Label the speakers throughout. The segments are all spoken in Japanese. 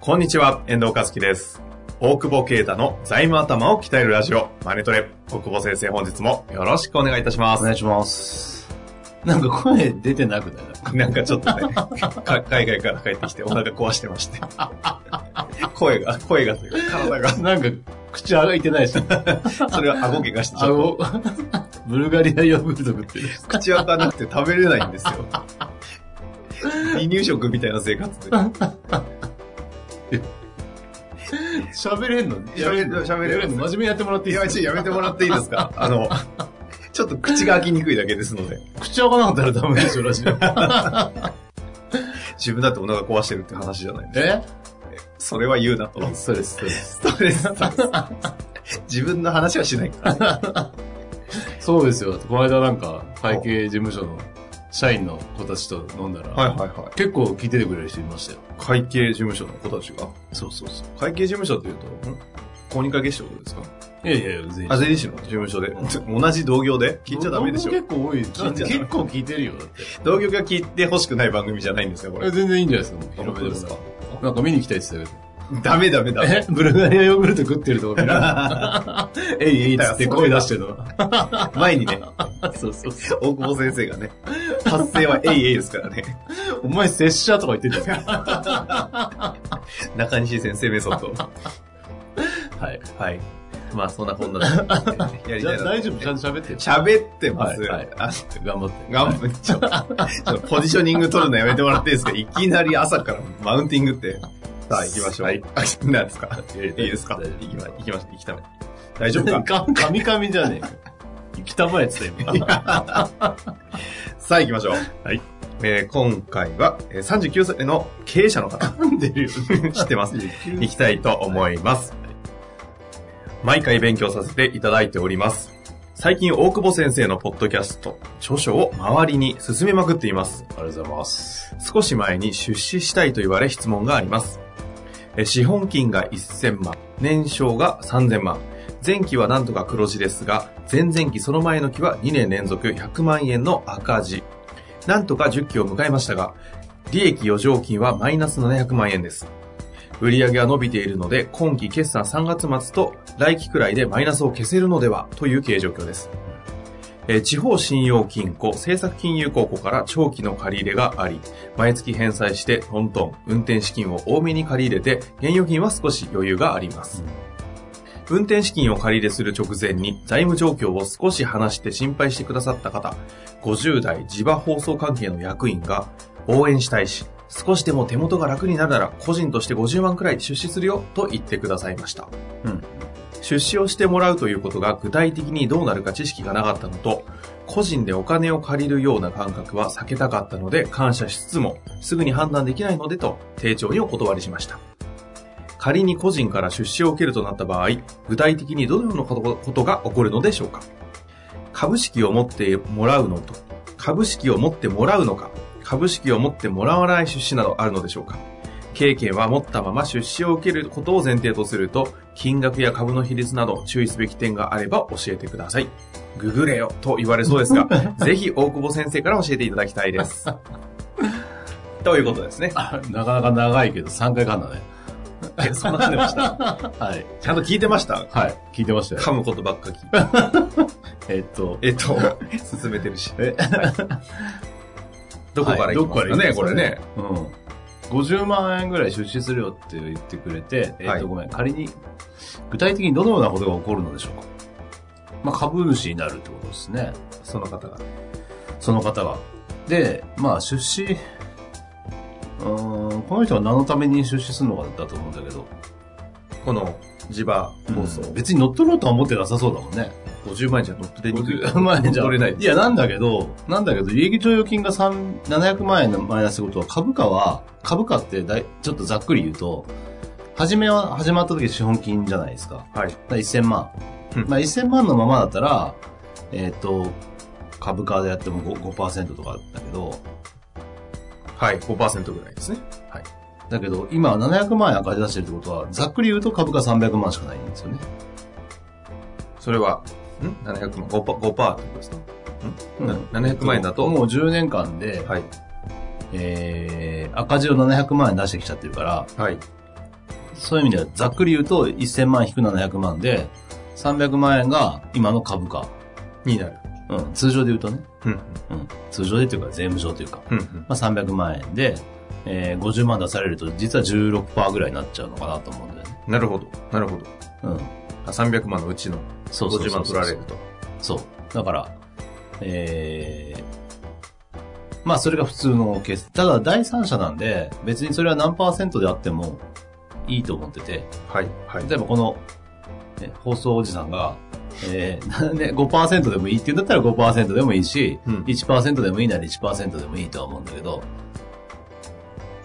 Speaker 1: こんにちは、遠藤和樹です。大久保啓太の財務頭を鍛えるラジオ、マネトレ。大久保先生、本日もよろしくお願いいたしま
Speaker 2: お
Speaker 1: す。
Speaker 2: 願いします。なんか声出てなくない
Speaker 1: なんかちょっとね、か海外から帰ってきてお腹壊してまして。声が、声がというか、体が、
Speaker 2: なんか口開いてないし。
Speaker 1: それは顎怪我してち
Speaker 2: あ
Speaker 1: ょっと、
Speaker 2: の、 ブルガリアヨーグルト食ってる。
Speaker 1: 口当たらなくて食べれないんですよ。離乳食みたいな生活で。
Speaker 2: 喋れんの
Speaker 1: 喋れんの喋れんの
Speaker 2: んの真面目にやってもらっていい
Speaker 1: いや、ちょっとやめてもらっていいですかあの、ちょっと口が開きにくいだけですので、
Speaker 2: 口開かなかったらダメでしょ、ラジオ。
Speaker 1: 自分だってお腹壊してるって話じゃないです。
Speaker 2: え
Speaker 1: それは言うなと。
Speaker 2: そうです、そうです。
Speaker 1: ストレス発散自分の話はしないから。
Speaker 2: そうですよ。この間なんか、会計事務所の社員の子たちと飲んだら、
Speaker 1: はいはい。
Speaker 2: 結構聞いててくれる人いましたよ。
Speaker 1: 会計事務所の子たちが。
Speaker 2: そうそうそう。
Speaker 1: 会計事務所っていうと、公認会計士のことですか
Speaker 2: いやいやいや、全員
Speaker 1: あ、税理士の事務所で。同じ同業で聞いちゃダメでしょ。
Speaker 2: 結構多い。結
Speaker 1: 聞いちゃダメ
Speaker 2: 構聞いてるよ、だって。
Speaker 1: 同業が聞いて欲しくない番組じゃないんですよ、こ
Speaker 2: え
Speaker 1: れ。
Speaker 2: 全然いいんじゃないですか。広めでもななんか見に行きたいって言ってたけど。
Speaker 1: ダメダメダメ。
Speaker 2: えブルガリアヨーグルト食ってるとこ見られるえいえいっつって声出してるの。
Speaker 1: 前にね、
Speaker 2: そうそう。
Speaker 1: 大久保先生がね、発声はえいえいですからね。
Speaker 2: お前拙者とか言ってた よ。
Speaker 1: 中西先生メソッド。
Speaker 2: はい。
Speaker 1: はい。まあ、そんなこんなで、やり
Speaker 2: じゃ
Speaker 1: たい
Speaker 2: あ
Speaker 1: な。
Speaker 2: 大丈夫、ちゃんと喋ってよ。
Speaker 1: 喋ってます。
Speaker 2: はいはい
Speaker 1: あ
Speaker 2: 頑張って。
Speaker 1: 頑張っちゃう。ポジショニング取るのやめてもらっていいですかいきなり朝からマウンティングって。さあ、行きましょう。
Speaker 2: は
Speaker 1: はいい。何ですか
Speaker 2: いやいや
Speaker 1: いいですか
Speaker 2: 大丈夫
Speaker 1: 行きま、行きましょう。行きため。大丈夫 か
Speaker 2: か。カミカミじゃねえか。生きたまえって言った今。
Speaker 1: さあ、行きましょう。はい。えー、今回は、えー39歳の経営者の方、
Speaker 2: 出るよ。
Speaker 1: 知ってます。行きたいと思います。毎回勉強させていただいております。最近、大久保先生のポッドキャスト、著書を周りに進めまくっています。
Speaker 2: ありがとうございます。
Speaker 1: 少し前に出資したいと言われ質問があります。えー資本金が1000万、年商が3000万。前期はなんとか黒字ですが、前々期その前の期は2年連続100万円の赤字。なんとか10期を迎えましたが、利益余剰金はマイナス700万円です。売上は伸びているので、今期決算3月末と来期くらいでマイナスを消せるのではという経営状況です。えー地方信用金庫、政策金融公庫から長期の借り入れがあり、毎月返済してトントン、運転資金を多めに借り入れて、現預金は少し余裕があります。運転資金を借り入れする直前に財務状況を少し話して心配してくださった方、50代地場放送関係の役員が、応援したいし、少しでも手元が楽になるなら個人として50万くらい出資するよと言ってくださいました。
Speaker 2: うん
Speaker 1: 出資をしてもらうということが具体的にどうなるか知識がなかったのと、個人でお金を借りるような感覚は避けたかったので感謝しつつも、すぐに判断できないのでと、丁重にお断りしました。仮に個人から出資を受けるとなった場合、具体的にどのようなことことが起こるのでしょうか株式を持ってもらうのと、株式を持ってもらうのか、株式を持ってもらわない出資などあるのでしょうか経験は持ったまま出資を受けることを前提とすると、金額や株の比率など注意すべき点があれば教えてください。ググれよと言われそう ですが、ぜひ大久保先生から教えていただきたいです。ということですね。
Speaker 2: あなかなか長いけど、3回噛んだね。
Speaker 1: えそんな感じました。
Speaker 2: はい。
Speaker 1: ちゃんと聞いてました
Speaker 2: はい。聞いてましたよ。
Speaker 1: 噛むことばっか聞いて。
Speaker 2: えっと、
Speaker 1: えっ と、進めてるし。
Speaker 2: え
Speaker 1: どこから行きますかね、
Speaker 2: はいど
Speaker 1: こ
Speaker 2: こから
Speaker 1: れね
Speaker 2: 行。うん。50万円ぐらい出資するよって言ってくれて、えっ、
Speaker 1: はい
Speaker 2: と、ごめん、仮に、具体的にどのようなことが起こるのでしょうか。まあ、株主になるってことですね。
Speaker 1: その方が。
Speaker 2: その方が。で、まあ、出資、うーん、この人は何のために出資するのかだと思うんだけど、
Speaker 1: この地場放送。
Speaker 2: うん別に乗っ取ろうとは思ってなさそうだもんね。
Speaker 1: 50万円じゃ乗ってできる。
Speaker 2: 50万円じゃ
Speaker 1: 乗れない
Speaker 2: いや、なんだけど、なんだけど、利益剰余金が3 700万円のマイナスってことは、株価は、株価ってだい、ちょっとざっくり言うと、初めは、始まった時資本金じゃないですか。
Speaker 1: はい。
Speaker 2: だから1000万。
Speaker 1: うん
Speaker 2: まあ、1000万のままだったら、えっ、と、株価でやっても 5%, 5%とかだけど、
Speaker 1: はい、5%ぐらいですね。
Speaker 2: だけど、今700万円赤字出してるってことは、ざっくり言うと株価300万しかないんですよね。
Speaker 1: それは、ん ?700 万、5%, 5%ってことですか、うん700万円だと
Speaker 2: もう10年間で、
Speaker 1: はい。
Speaker 2: えー、赤字を700万円出してきちゃってるから、
Speaker 1: はい。
Speaker 2: そういう意味ではざっくり言うと1000万引く700万で、300万円が今の株価。
Speaker 1: になる。
Speaker 2: うん、通常で言うとね。
Speaker 1: うん。
Speaker 2: うん、通常でというか税務上というか。
Speaker 1: うん。うん。
Speaker 2: まあ、300万円で、えー、50万出されると実は16%ぐらいになっちゃうのかなと思うんだよね。
Speaker 1: なるほど。なるほど。
Speaker 2: うん。
Speaker 1: あ300万のうちの
Speaker 2: そうそうそう
Speaker 1: 50万
Speaker 2: そう
Speaker 1: 取られると。
Speaker 2: そう。だから、えー、まあそれが普通のケース。ただ第三者なんで、別にそれは何パーセントであってもいいと思ってて、
Speaker 1: はい。はい。
Speaker 2: 例えばこの、ね放送おじさんが、えー、 なんで5%でもいいって言うんだったら5%でもいいし、
Speaker 1: うん
Speaker 2: 1%でもいいなら1%でもいいとは思うんだけど、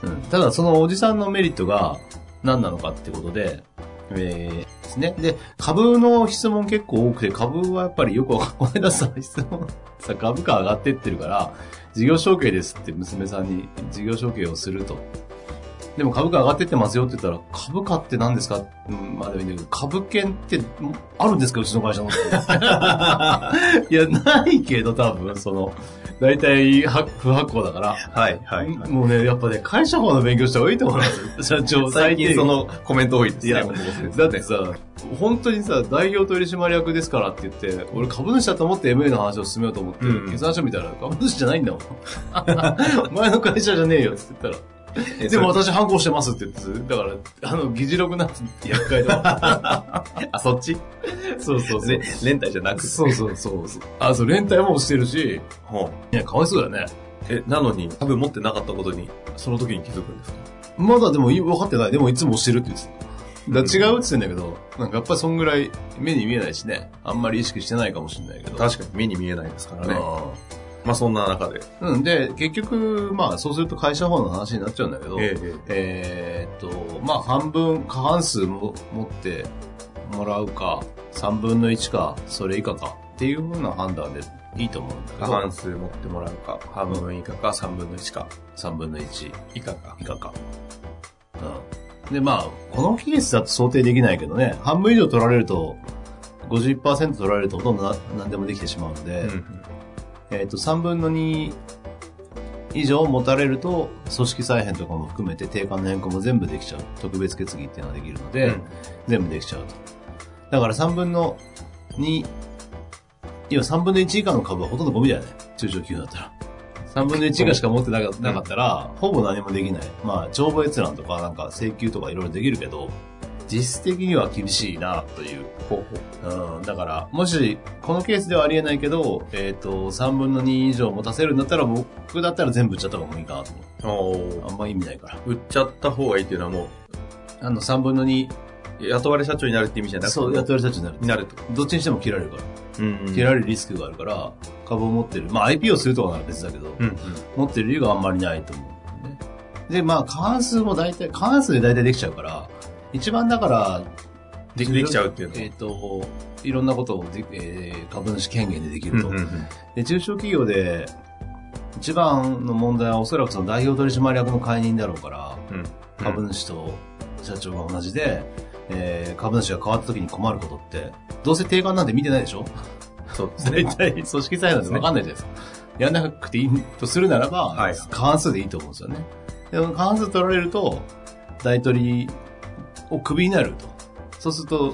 Speaker 2: うん、ただそのおじさんのメリットが何なのかってことで、えーですね。で、株の質問結構多くて、株はやっぱりよくわかこの間さ、質問、さ、株価上がってってるから、事業承継ですって娘さんに事業承継をすると。でも株価上がってってますよって言ったら、株価って何ですかうんまあでもいいんだけど、株券ってあるんですかうちの会社の。 いや、ないけど多分、その、大体は不発行だから。
Speaker 1: はい。はい。
Speaker 2: もうね、やっぱね、会社法の勉強した方がいいと思います。社長、
Speaker 1: 最近そ
Speaker 2: の
Speaker 1: のコメント多いですね。
Speaker 2: いや
Speaker 1: ここですね
Speaker 2: だってさ、本当にさ、代表取締役ですからって言って、俺株主だと思って MA の話を進めようと思って、
Speaker 1: うん
Speaker 2: 決断書見たら、株主じゃないんだもん。お 前の会社じゃねえよって言 ったら、
Speaker 1: え
Speaker 2: でも
Speaker 1: それ
Speaker 2: 私反抗してますって言って、だから、あの、議事録なんて厄介だわ。
Speaker 1: あ、そっち
Speaker 2: そうそうそう
Speaker 1: れ。連帯じゃなくて。
Speaker 2: そうそうそうそう。あ、そう、連帯もしてるし、
Speaker 1: ほう
Speaker 2: いや、かわいそうだよね。
Speaker 1: え、なのに、株持ってなかったことに、その時に気づくんですか
Speaker 2: まだでもい分かってない。でもいつも押してるって言ってた。だから違うって言ってんだけど、なんかやっぱりそんぐらい目に見えないしね、あんまり意識してないかもしれないけど。
Speaker 1: 確かに目に見えないですからね。
Speaker 2: うん
Speaker 1: まあそんな中で。
Speaker 2: うん、で、結局、まあ、そうすると会社法の話になっちゃうんだけど、え
Speaker 1: え
Speaker 2: ーっと、まあ、半分、過半数も持ってもらうか、3分の1か、それ以下か、っていうふうな判断でいいと思うんだけど、
Speaker 1: 過半数持ってもらうか、半分以下か、3分の1か、
Speaker 2: 3分の1
Speaker 1: 以下か
Speaker 2: 以。下か。うん。で、まあ、このケースだと想定できないけどね、半分以上取られると、50%取られるとほとんどな何でもできてしまうので、
Speaker 1: うん
Speaker 2: えっと3分の2以上持たれると組織再編とかも含めて定款の変更も全部できちゃう特別決議っていうのができるので、
Speaker 1: うん
Speaker 2: 全部できちゃうとだから3分の2要は3分の1以下の株はほとんどゴミだよね中小企業だったら3分の1以下しか持ってなかなかったら、ほぼ何もできないまあ帳簿閲覧とかなんか請求とかいろいろできるけど実質的には厳しいなという
Speaker 1: ほうほう
Speaker 2: うん、だから、もし、このケースではありえないけど、えっ、と、3分の2以上持たせるんだったら、僕だったら全部売っちゃった方がいいかなと思う。
Speaker 1: おー
Speaker 2: あんま意味ないから。
Speaker 1: 売っちゃった方がいいっていうのはも
Speaker 2: あの、3分の2、
Speaker 1: う、雇われ社長になるって意味じゃなくて、
Speaker 2: そう、やってる人たちになる。
Speaker 1: になると。
Speaker 2: どっちにしても切られるから。
Speaker 1: うんうん
Speaker 2: 切られるリスクがあるから、株を持ってる。まあ、IP をするとかなら別だけど、
Speaker 1: うんうん。
Speaker 2: 持ってる理由があんまりないと思うんだよね。で、まあ、過半数も大体、過半数で大体できちゃうから、一番だから、
Speaker 1: できできちゃうっていうのは
Speaker 2: えっ、と、いろんなことをで、えー株主権限でできると。
Speaker 1: うんうんうん
Speaker 2: で中小企業で一番の問題はおそらくその代表取締役の解任だろうから
Speaker 1: うん
Speaker 2: 株主と社長が同じで、えー株主が変わった時に困ることってどうせ定款なんて見てないでしょ
Speaker 1: そうです
Speaker 2: 大
Speaker 1: ね。
Speaker 2: 体組織再編なんて分かんないじゃないですかやんなくていいとするならば、
Speaker 1: はい
Speaker 2: 過半数でいいと思うんですよねでも過半数取られると大取りをクビになるとそうすると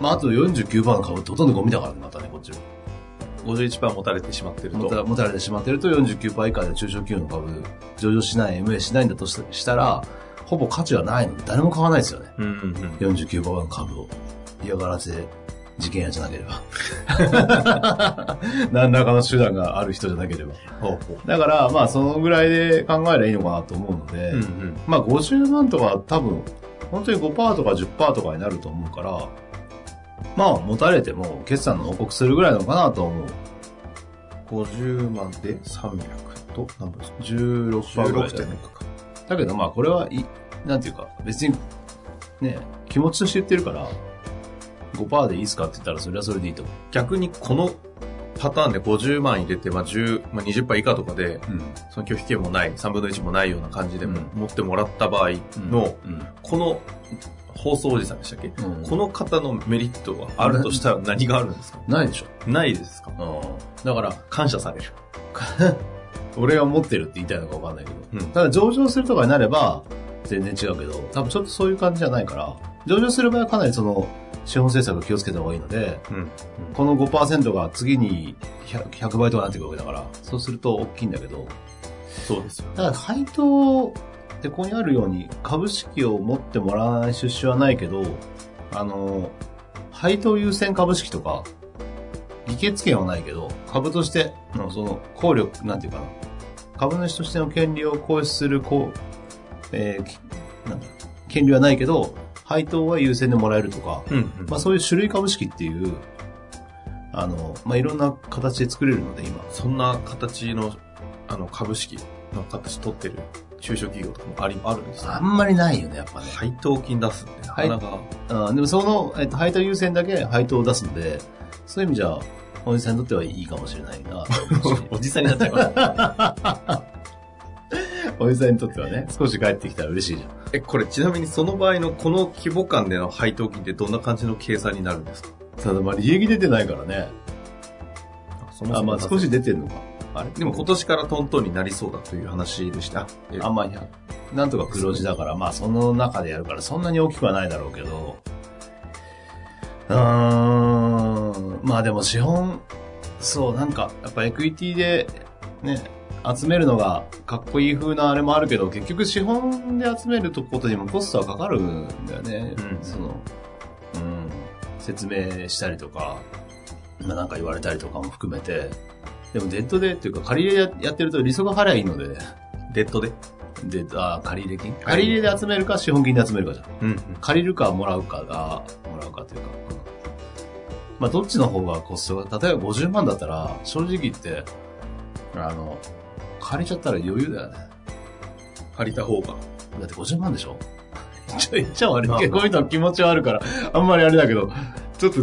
Speaker 2: まあ、あと49%の株ってほとんどゴミだからね、またね、こっちも。
Speaker 1: 51%持たれてしまってる
Speaker 2: 持
Speaker 1: と。
Speaker 2: た持たれてしまってると49倍以下で中小企業の株上場しない MA しないんだとししたらほぼ価値はないので誰も買わないですよね
Speaker 1: うんうんうん
Speaker 2: 49倍の株を嫌がらせ事件やじゃなければ何らかの手段がある人じゃなければ
Speaker 1: ほうほう
Speaker 2: だからまあそのぐらいで考えればいいのかなと思うので、
Speaker 1: うんうん
Speaker 2: まあ50万とか多分本当に5%とか10%とかになると思うからまあ、持たれても決算の報告するぐらいなのかなと思う。
Speaker 1: 50万で300と、何分ですか
Speaker 2: 16%ぐらいだね。
Speaker 1: ?16.6 か。
Speaker 2: だけどまあ、これはい、なんていうか、別に、ね、気持ちとして言ってるから、5%でいいっすかって言ったら、それはそれでいいと思
Speaker 1: 逆にこのパターンで50万入れて、まあ、10、まあ、20%以下とかで、
Speaker 2: う。うん。
Speaker 1: その拒否権もない、3分の1もないような感じでも、
Speaker 2: う
Speaker 1: 持ってもらった場合の、
Speaker 2: うん、
Speaker 1: この放送おじさんでしたっけ
Speaker 2: うん
Speaker 1: この方のメリットはあるとしたら何があるんですか
Speaker 2: ないでしょ。
Speaker 1: ないですか
Speaker 2: うん。だから、
Speaker 1: 感謝される。
Speaker 2: 俺は持ってるって言いたいのかわかんないけど、
Speaker 1: うん
Speaker 2: ただ上場するとかになれば全然違うけど多分ちょっとそういう感じじゃないから上場する場合はかなりその資本政策を気をつけた方がいいので
Speaker 1: うん。
Speaker 2: この5%が次に 100, 100倍とかなってくるわけだからそうすると大きいんだけど
Speaker 1: そうですよね。
Speaker 2: ただ配当でここにあるように株式を持ってもらわない出資はないけどあの配当優先株式とか議決権はないけど株としてのその効力なんていうかな株主としての権利を行使するこう、えーきなんだ権利はないけど配当は優先でもらえるとか、
Speaker 1: うん、うん。
Speaker 2: まあ、そういう種類株式っていうあの、まあ、いろんな形で作れるので今
Speaker 1: そんな形の、あの、株式の形取ってる中小企業とかもあり、あるんです
Speaker 2: あ
Speaker 1: よ。
Speaker 2: んまりないよねやっぱね
Speaker 1: 配当金出すってなかな か、
Speaker 2: あーでもその、えっと、配当優先だけ配当を出すので、そういう意味じゃ、おじさんにとってはいいかもしれないなと思うし
Speaker 1: おじさんになっちゃいます。
Speaker 2: おじさんにとってはね、少し帰ってきたら嬉しいじゃん。
Speaker 1: え、これちなみにその場合のこの規模感での配当金ってどんな感じの計算になるんですか
Speaker 2: ただまあ利益出てないからね。
Speaker 1: そ
Speaker 2: あ、まあ少し出てるのか。あれ
Speaker 1: でも今年からトントンになりそうだという話でした。え
Speaker 2: あんまり、なんとか黒字だから、まあその中でやるからそんなに大きくはないだろうけど、うーん、まあでも資本、そう、なんか、やっぱエクイティで、ね、集めるのがかっこいい風なあれもあるけど、結局資本で集めるとことにもコストはかかるんだよね。
Speaker 1: うん
Speaker 2: その、うん、説明したりとか、まあなんか言われたりとかも含めて、でもデッドでっていうか借り入れややってると利息払いいいので、
Speaker 1: デッドで。
Speaker 2: で、あ、借入金借入で集めるか、資本金で集めるかじゃ
Speaker 1: う
Speaker 2: ん。
Speaker 1: ん、
Speaker 2: 借りるか、もらうかが、もらうかというか、うんまあ、どっちの方がコストが、例えば50万だったら、正直言って、あの、借りちゃったら余裕だよね。
Speaker 1: 借りた方が。
Speaker 2: だって50万でし ょちょ、言っちゃ悪い
Speaker 1: まあ
Speaker 2: けど、こういうの気持ちはあるから、あんまりあれだけど、ちょっと、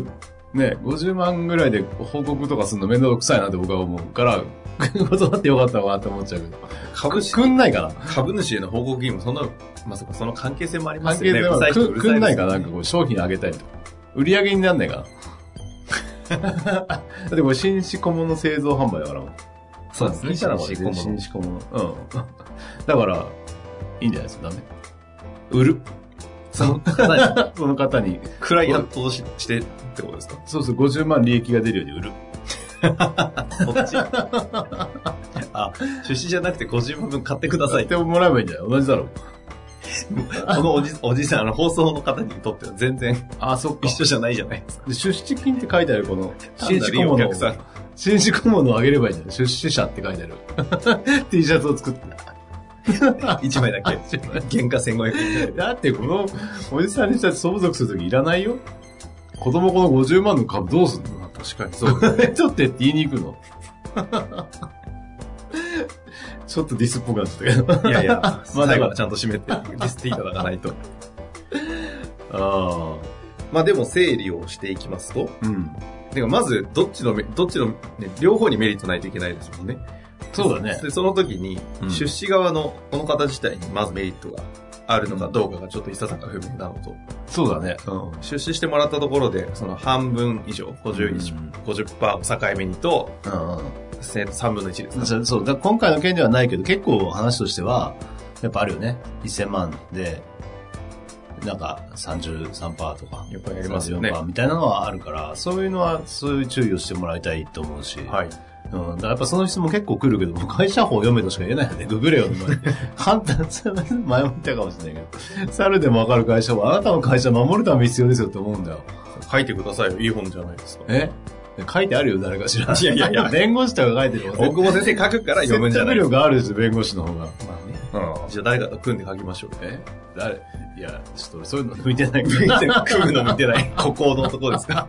Speaker 2: ね、50万ぐらいで報告とかするの面倒くさいなって僕は思うから、 断ってよかったわって思っちゃうけど。
Speaker 1: 株式、
Speaker 2: くんないかな
Speaker 1: 株主への報告義務、そんな、まさかその関係性もありま
Speaker 2: 関
Speaker 1: す
Speaker 2: 係
Speaker 1: よ
Speaker 2: で
Speaker 1: ね。
Speaker 2: は
Speaker 1: うるさ
Speaker 2: く
Speaker 1: 人
Speaker 2: くんないか
Speaker 1: うる
Speaker 2: な
Speaker 1: さ
Speaker 2: ん
Speaker 1: 人
Speaker 2: かこう商品あげ たりとか。売り上げになんないかなだってこれ新式小物製造販売だから。
Speaker 1: そうですね。
Speaker 2: 聞いたら新
Speaker 1: 新
Speaker 2: 式小物。うん。だから、いいんじゃないですか、 ダメ。売る。
Speaker 1: そ の方に、
Speaker 2: その方に、
Speaker 1: クライアントとししてってことですか
Speaker 2: そうそう、50万利益が出るように売る。
Speaker 1: そっ ち。あ、出資じゃなくて50分分買ってください。
Speaker 2: でももらえばいいんじゃない同じだろう。
Speaker 1: このおじおじさん、あの、放送の方にとっては全然
Speaker 2: あ、そっ
Speaker 1: 一緒じゃないじゃないですか。
Speaker 2: で、出資金って書いてある、この、
Speaker 1: 単
Speaker 2: 新
Speaker 1: な
Speaker 2: 式
Speaker 1: るお
Speaker 2: 小物を
Speaker 1: 客。さん。
Speaker 2: 新式小物をあげればいいんじゃない出資者って書いてある。T シャツを作って。
Speaker 1: 1枚だ け。原価1500円。
Speaker 2: だってこのおじさんにしたら相続するときいらないよ。子供この50万の株どうすん の
Speaker 1: 確かにそう。
Speaker 2: ちょっとって言いに行くの。 ちょっとディスっぽくなっちゃったけど。
Speaker 1: いやいや、
Speaker 2: ま あ
Speaker 1: 最後はちゃんと締めて、 ディスっていただかないと。
Speaker 2: あ
Speaker 1: まあでも整理をしていきますと、
Speaker 2: あ。うん。
Speaker 1: てかまず、どっちのメ、どっちの、ね、両方にメリットないといけないですもんね。
Speaker 2: そうだね。
Speaker 1: で、その時に
Speaker 2: う、ん
Speaker 1: 出資側のこの方自体にまずメリットがあるのかどうかがちょっと伊佐さんが不明なのと、
Speaker 2: そうだね。うん。
Speaker 1: 出資してもらったところで、その半分以上、50以上、50%を境目にと、
Speaker 2: うんうん。
Speaker 1: 3分の1ですね。
Speaker 2: そうそうだから今回の件ではないけど、結構話としては、やっぱあるよね。1000万で、なんか33%とか、
Speaker 1: やっぱりありますよね
Speaker 2: 34%みたいなのはあるから、そういうのは、そういう注意をしてもらいたいと思うし、
Speaker 1: はい。
Speaker 2: うん、だからやっぱその質問結構来るけど、 もう会社法読めとしか言えないよね。ググれよ、お前 簡単、前も言ったかもしれないけど。猿でもわかる会社法、あなたの会社守るために必要ですよって思うんだよ。
Speaker 1: 書いてくださいよ。いい本じゃないですか。
Speaker 2: え書いてあるよ、誰か知らない。
Speaker 1: いやいやいや
Speaker 2: 弁護士とか書いてるよ。
Speaker 1: 大久保先生書くから読むんじゃないですか。
Speaker 2: 説得力があるですよ、弁護士の方が。
Speaker 1: まあね。
Speaker 2: うん
Speaker 1: じゃあ誰かと組んで書きましょう。
Speaker 2: え誰いや、ちょっと俺そういうの見てないか
Speaker 1: 組
Speaker 2: ら。
Speaker 1: むの見て ない。孤高のとこですか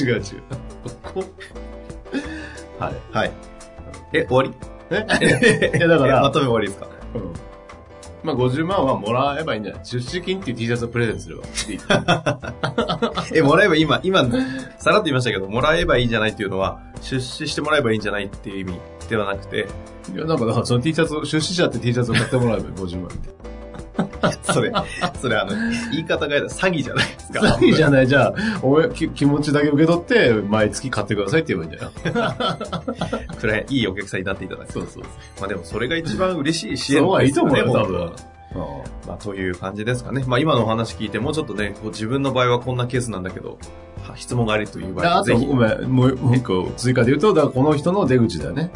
Speaker 2: 違う違う。こ こはい。
Speaker 1: はい。え、終わり
Speaker 2: えいや、だか
Speaker 1: えま
Speaker 2: ら、
Speaker 1: とめ終わりですか
Speaker 2: うんまあ50万はもらえばいいんじゃない出資金っていう T シャツをプレゼントすれば。
Speaker 1: え、もらえば今、今、さらっと言いましたけど、もらえばいいんじゃないっていうのは、出資してもらえばいいんじゃないっていう意味ではなくて、
Speaker 2: いや、なんかだからその T シャツを、出資者って T シャツを買ってもらえばいい50万って。
Speaker 1: そ れ、それあの、言い方が詐欺じゃないですか。
Speaker 2: いいじゃない、じゃあ、おめき気持ちだけ受け取って、毎月買ってくださいって言えばいいんじゃない
Speaker 1: くらいいいお客さんになっていただく。
Speaker 2: そうそう。
Speaker 1: まあでもそれが一番嬉しい支援
Speaker 2: そうはいい
Speaker 1: です
Speaker 2: と
Speaker 1: よ
Speaker 2: 思うよ、多
Speaker 1: 本当
Speaker 2: 分
Speaker 1: は。まあという感じですかね。まあ今のお話聞いて、もうちょっとね、こう自分の場合はこんなケースなんだけど、は質問がありという場合
Speaker 2: あ
Speaker 1: は、
Speaker 2: と、
Speaker 1: ぜひ
Speaker 2: ご。めん、もうもう一個追加で言うと、だからこの人の出口だよね。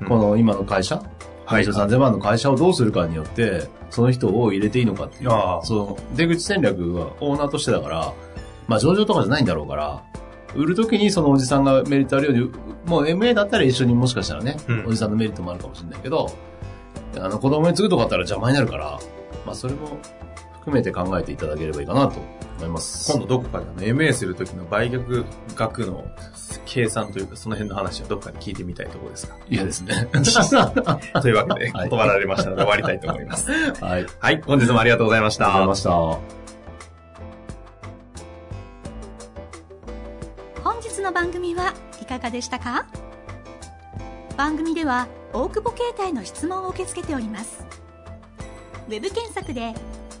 Speaker 1: うん
Speaker 2: この今の会社、
Speaker 1: はい
Speaker 2: 会社3000万の会社をどうするかによって、その人を入れていいのかっていう。
Speaker 1: ああ
Speaker 2: その出口戦略はオーナーとしてだから、まあ上場とかじゃないんだろうから、売るときにそのおじさんがメリットあるように、もう MA だったら一緒にもしかしたらね、
Speaker 1: うん
Speaker 2: おじさんのメリットもあるかもしれないけど、あの子供に継ぐとかあったら邪魔になるから、まあそれも含めて考えていただければいいかなと思います。
Speaker 1: 今度どこかであの MA するときの売却額の計算というか、その辺の話はどっかで聞いてみたいところです か。
Speaker 2: いやで すね。
Speaker 1: というわけで、
Speaker 2: はい
Speaker 1: 断られましたので終わりたいと思います。
Speaker 2: はい。
Speaker 1: はい、本日もありがとうございまし
Speaker 2: ありがとうござい
Speaker 1: た。
Speaker 2: ました。
Speaker 3: 本日の番組はいかがでしたか番組では大久保携帯の質問を受け付けておりますウェブ検索で「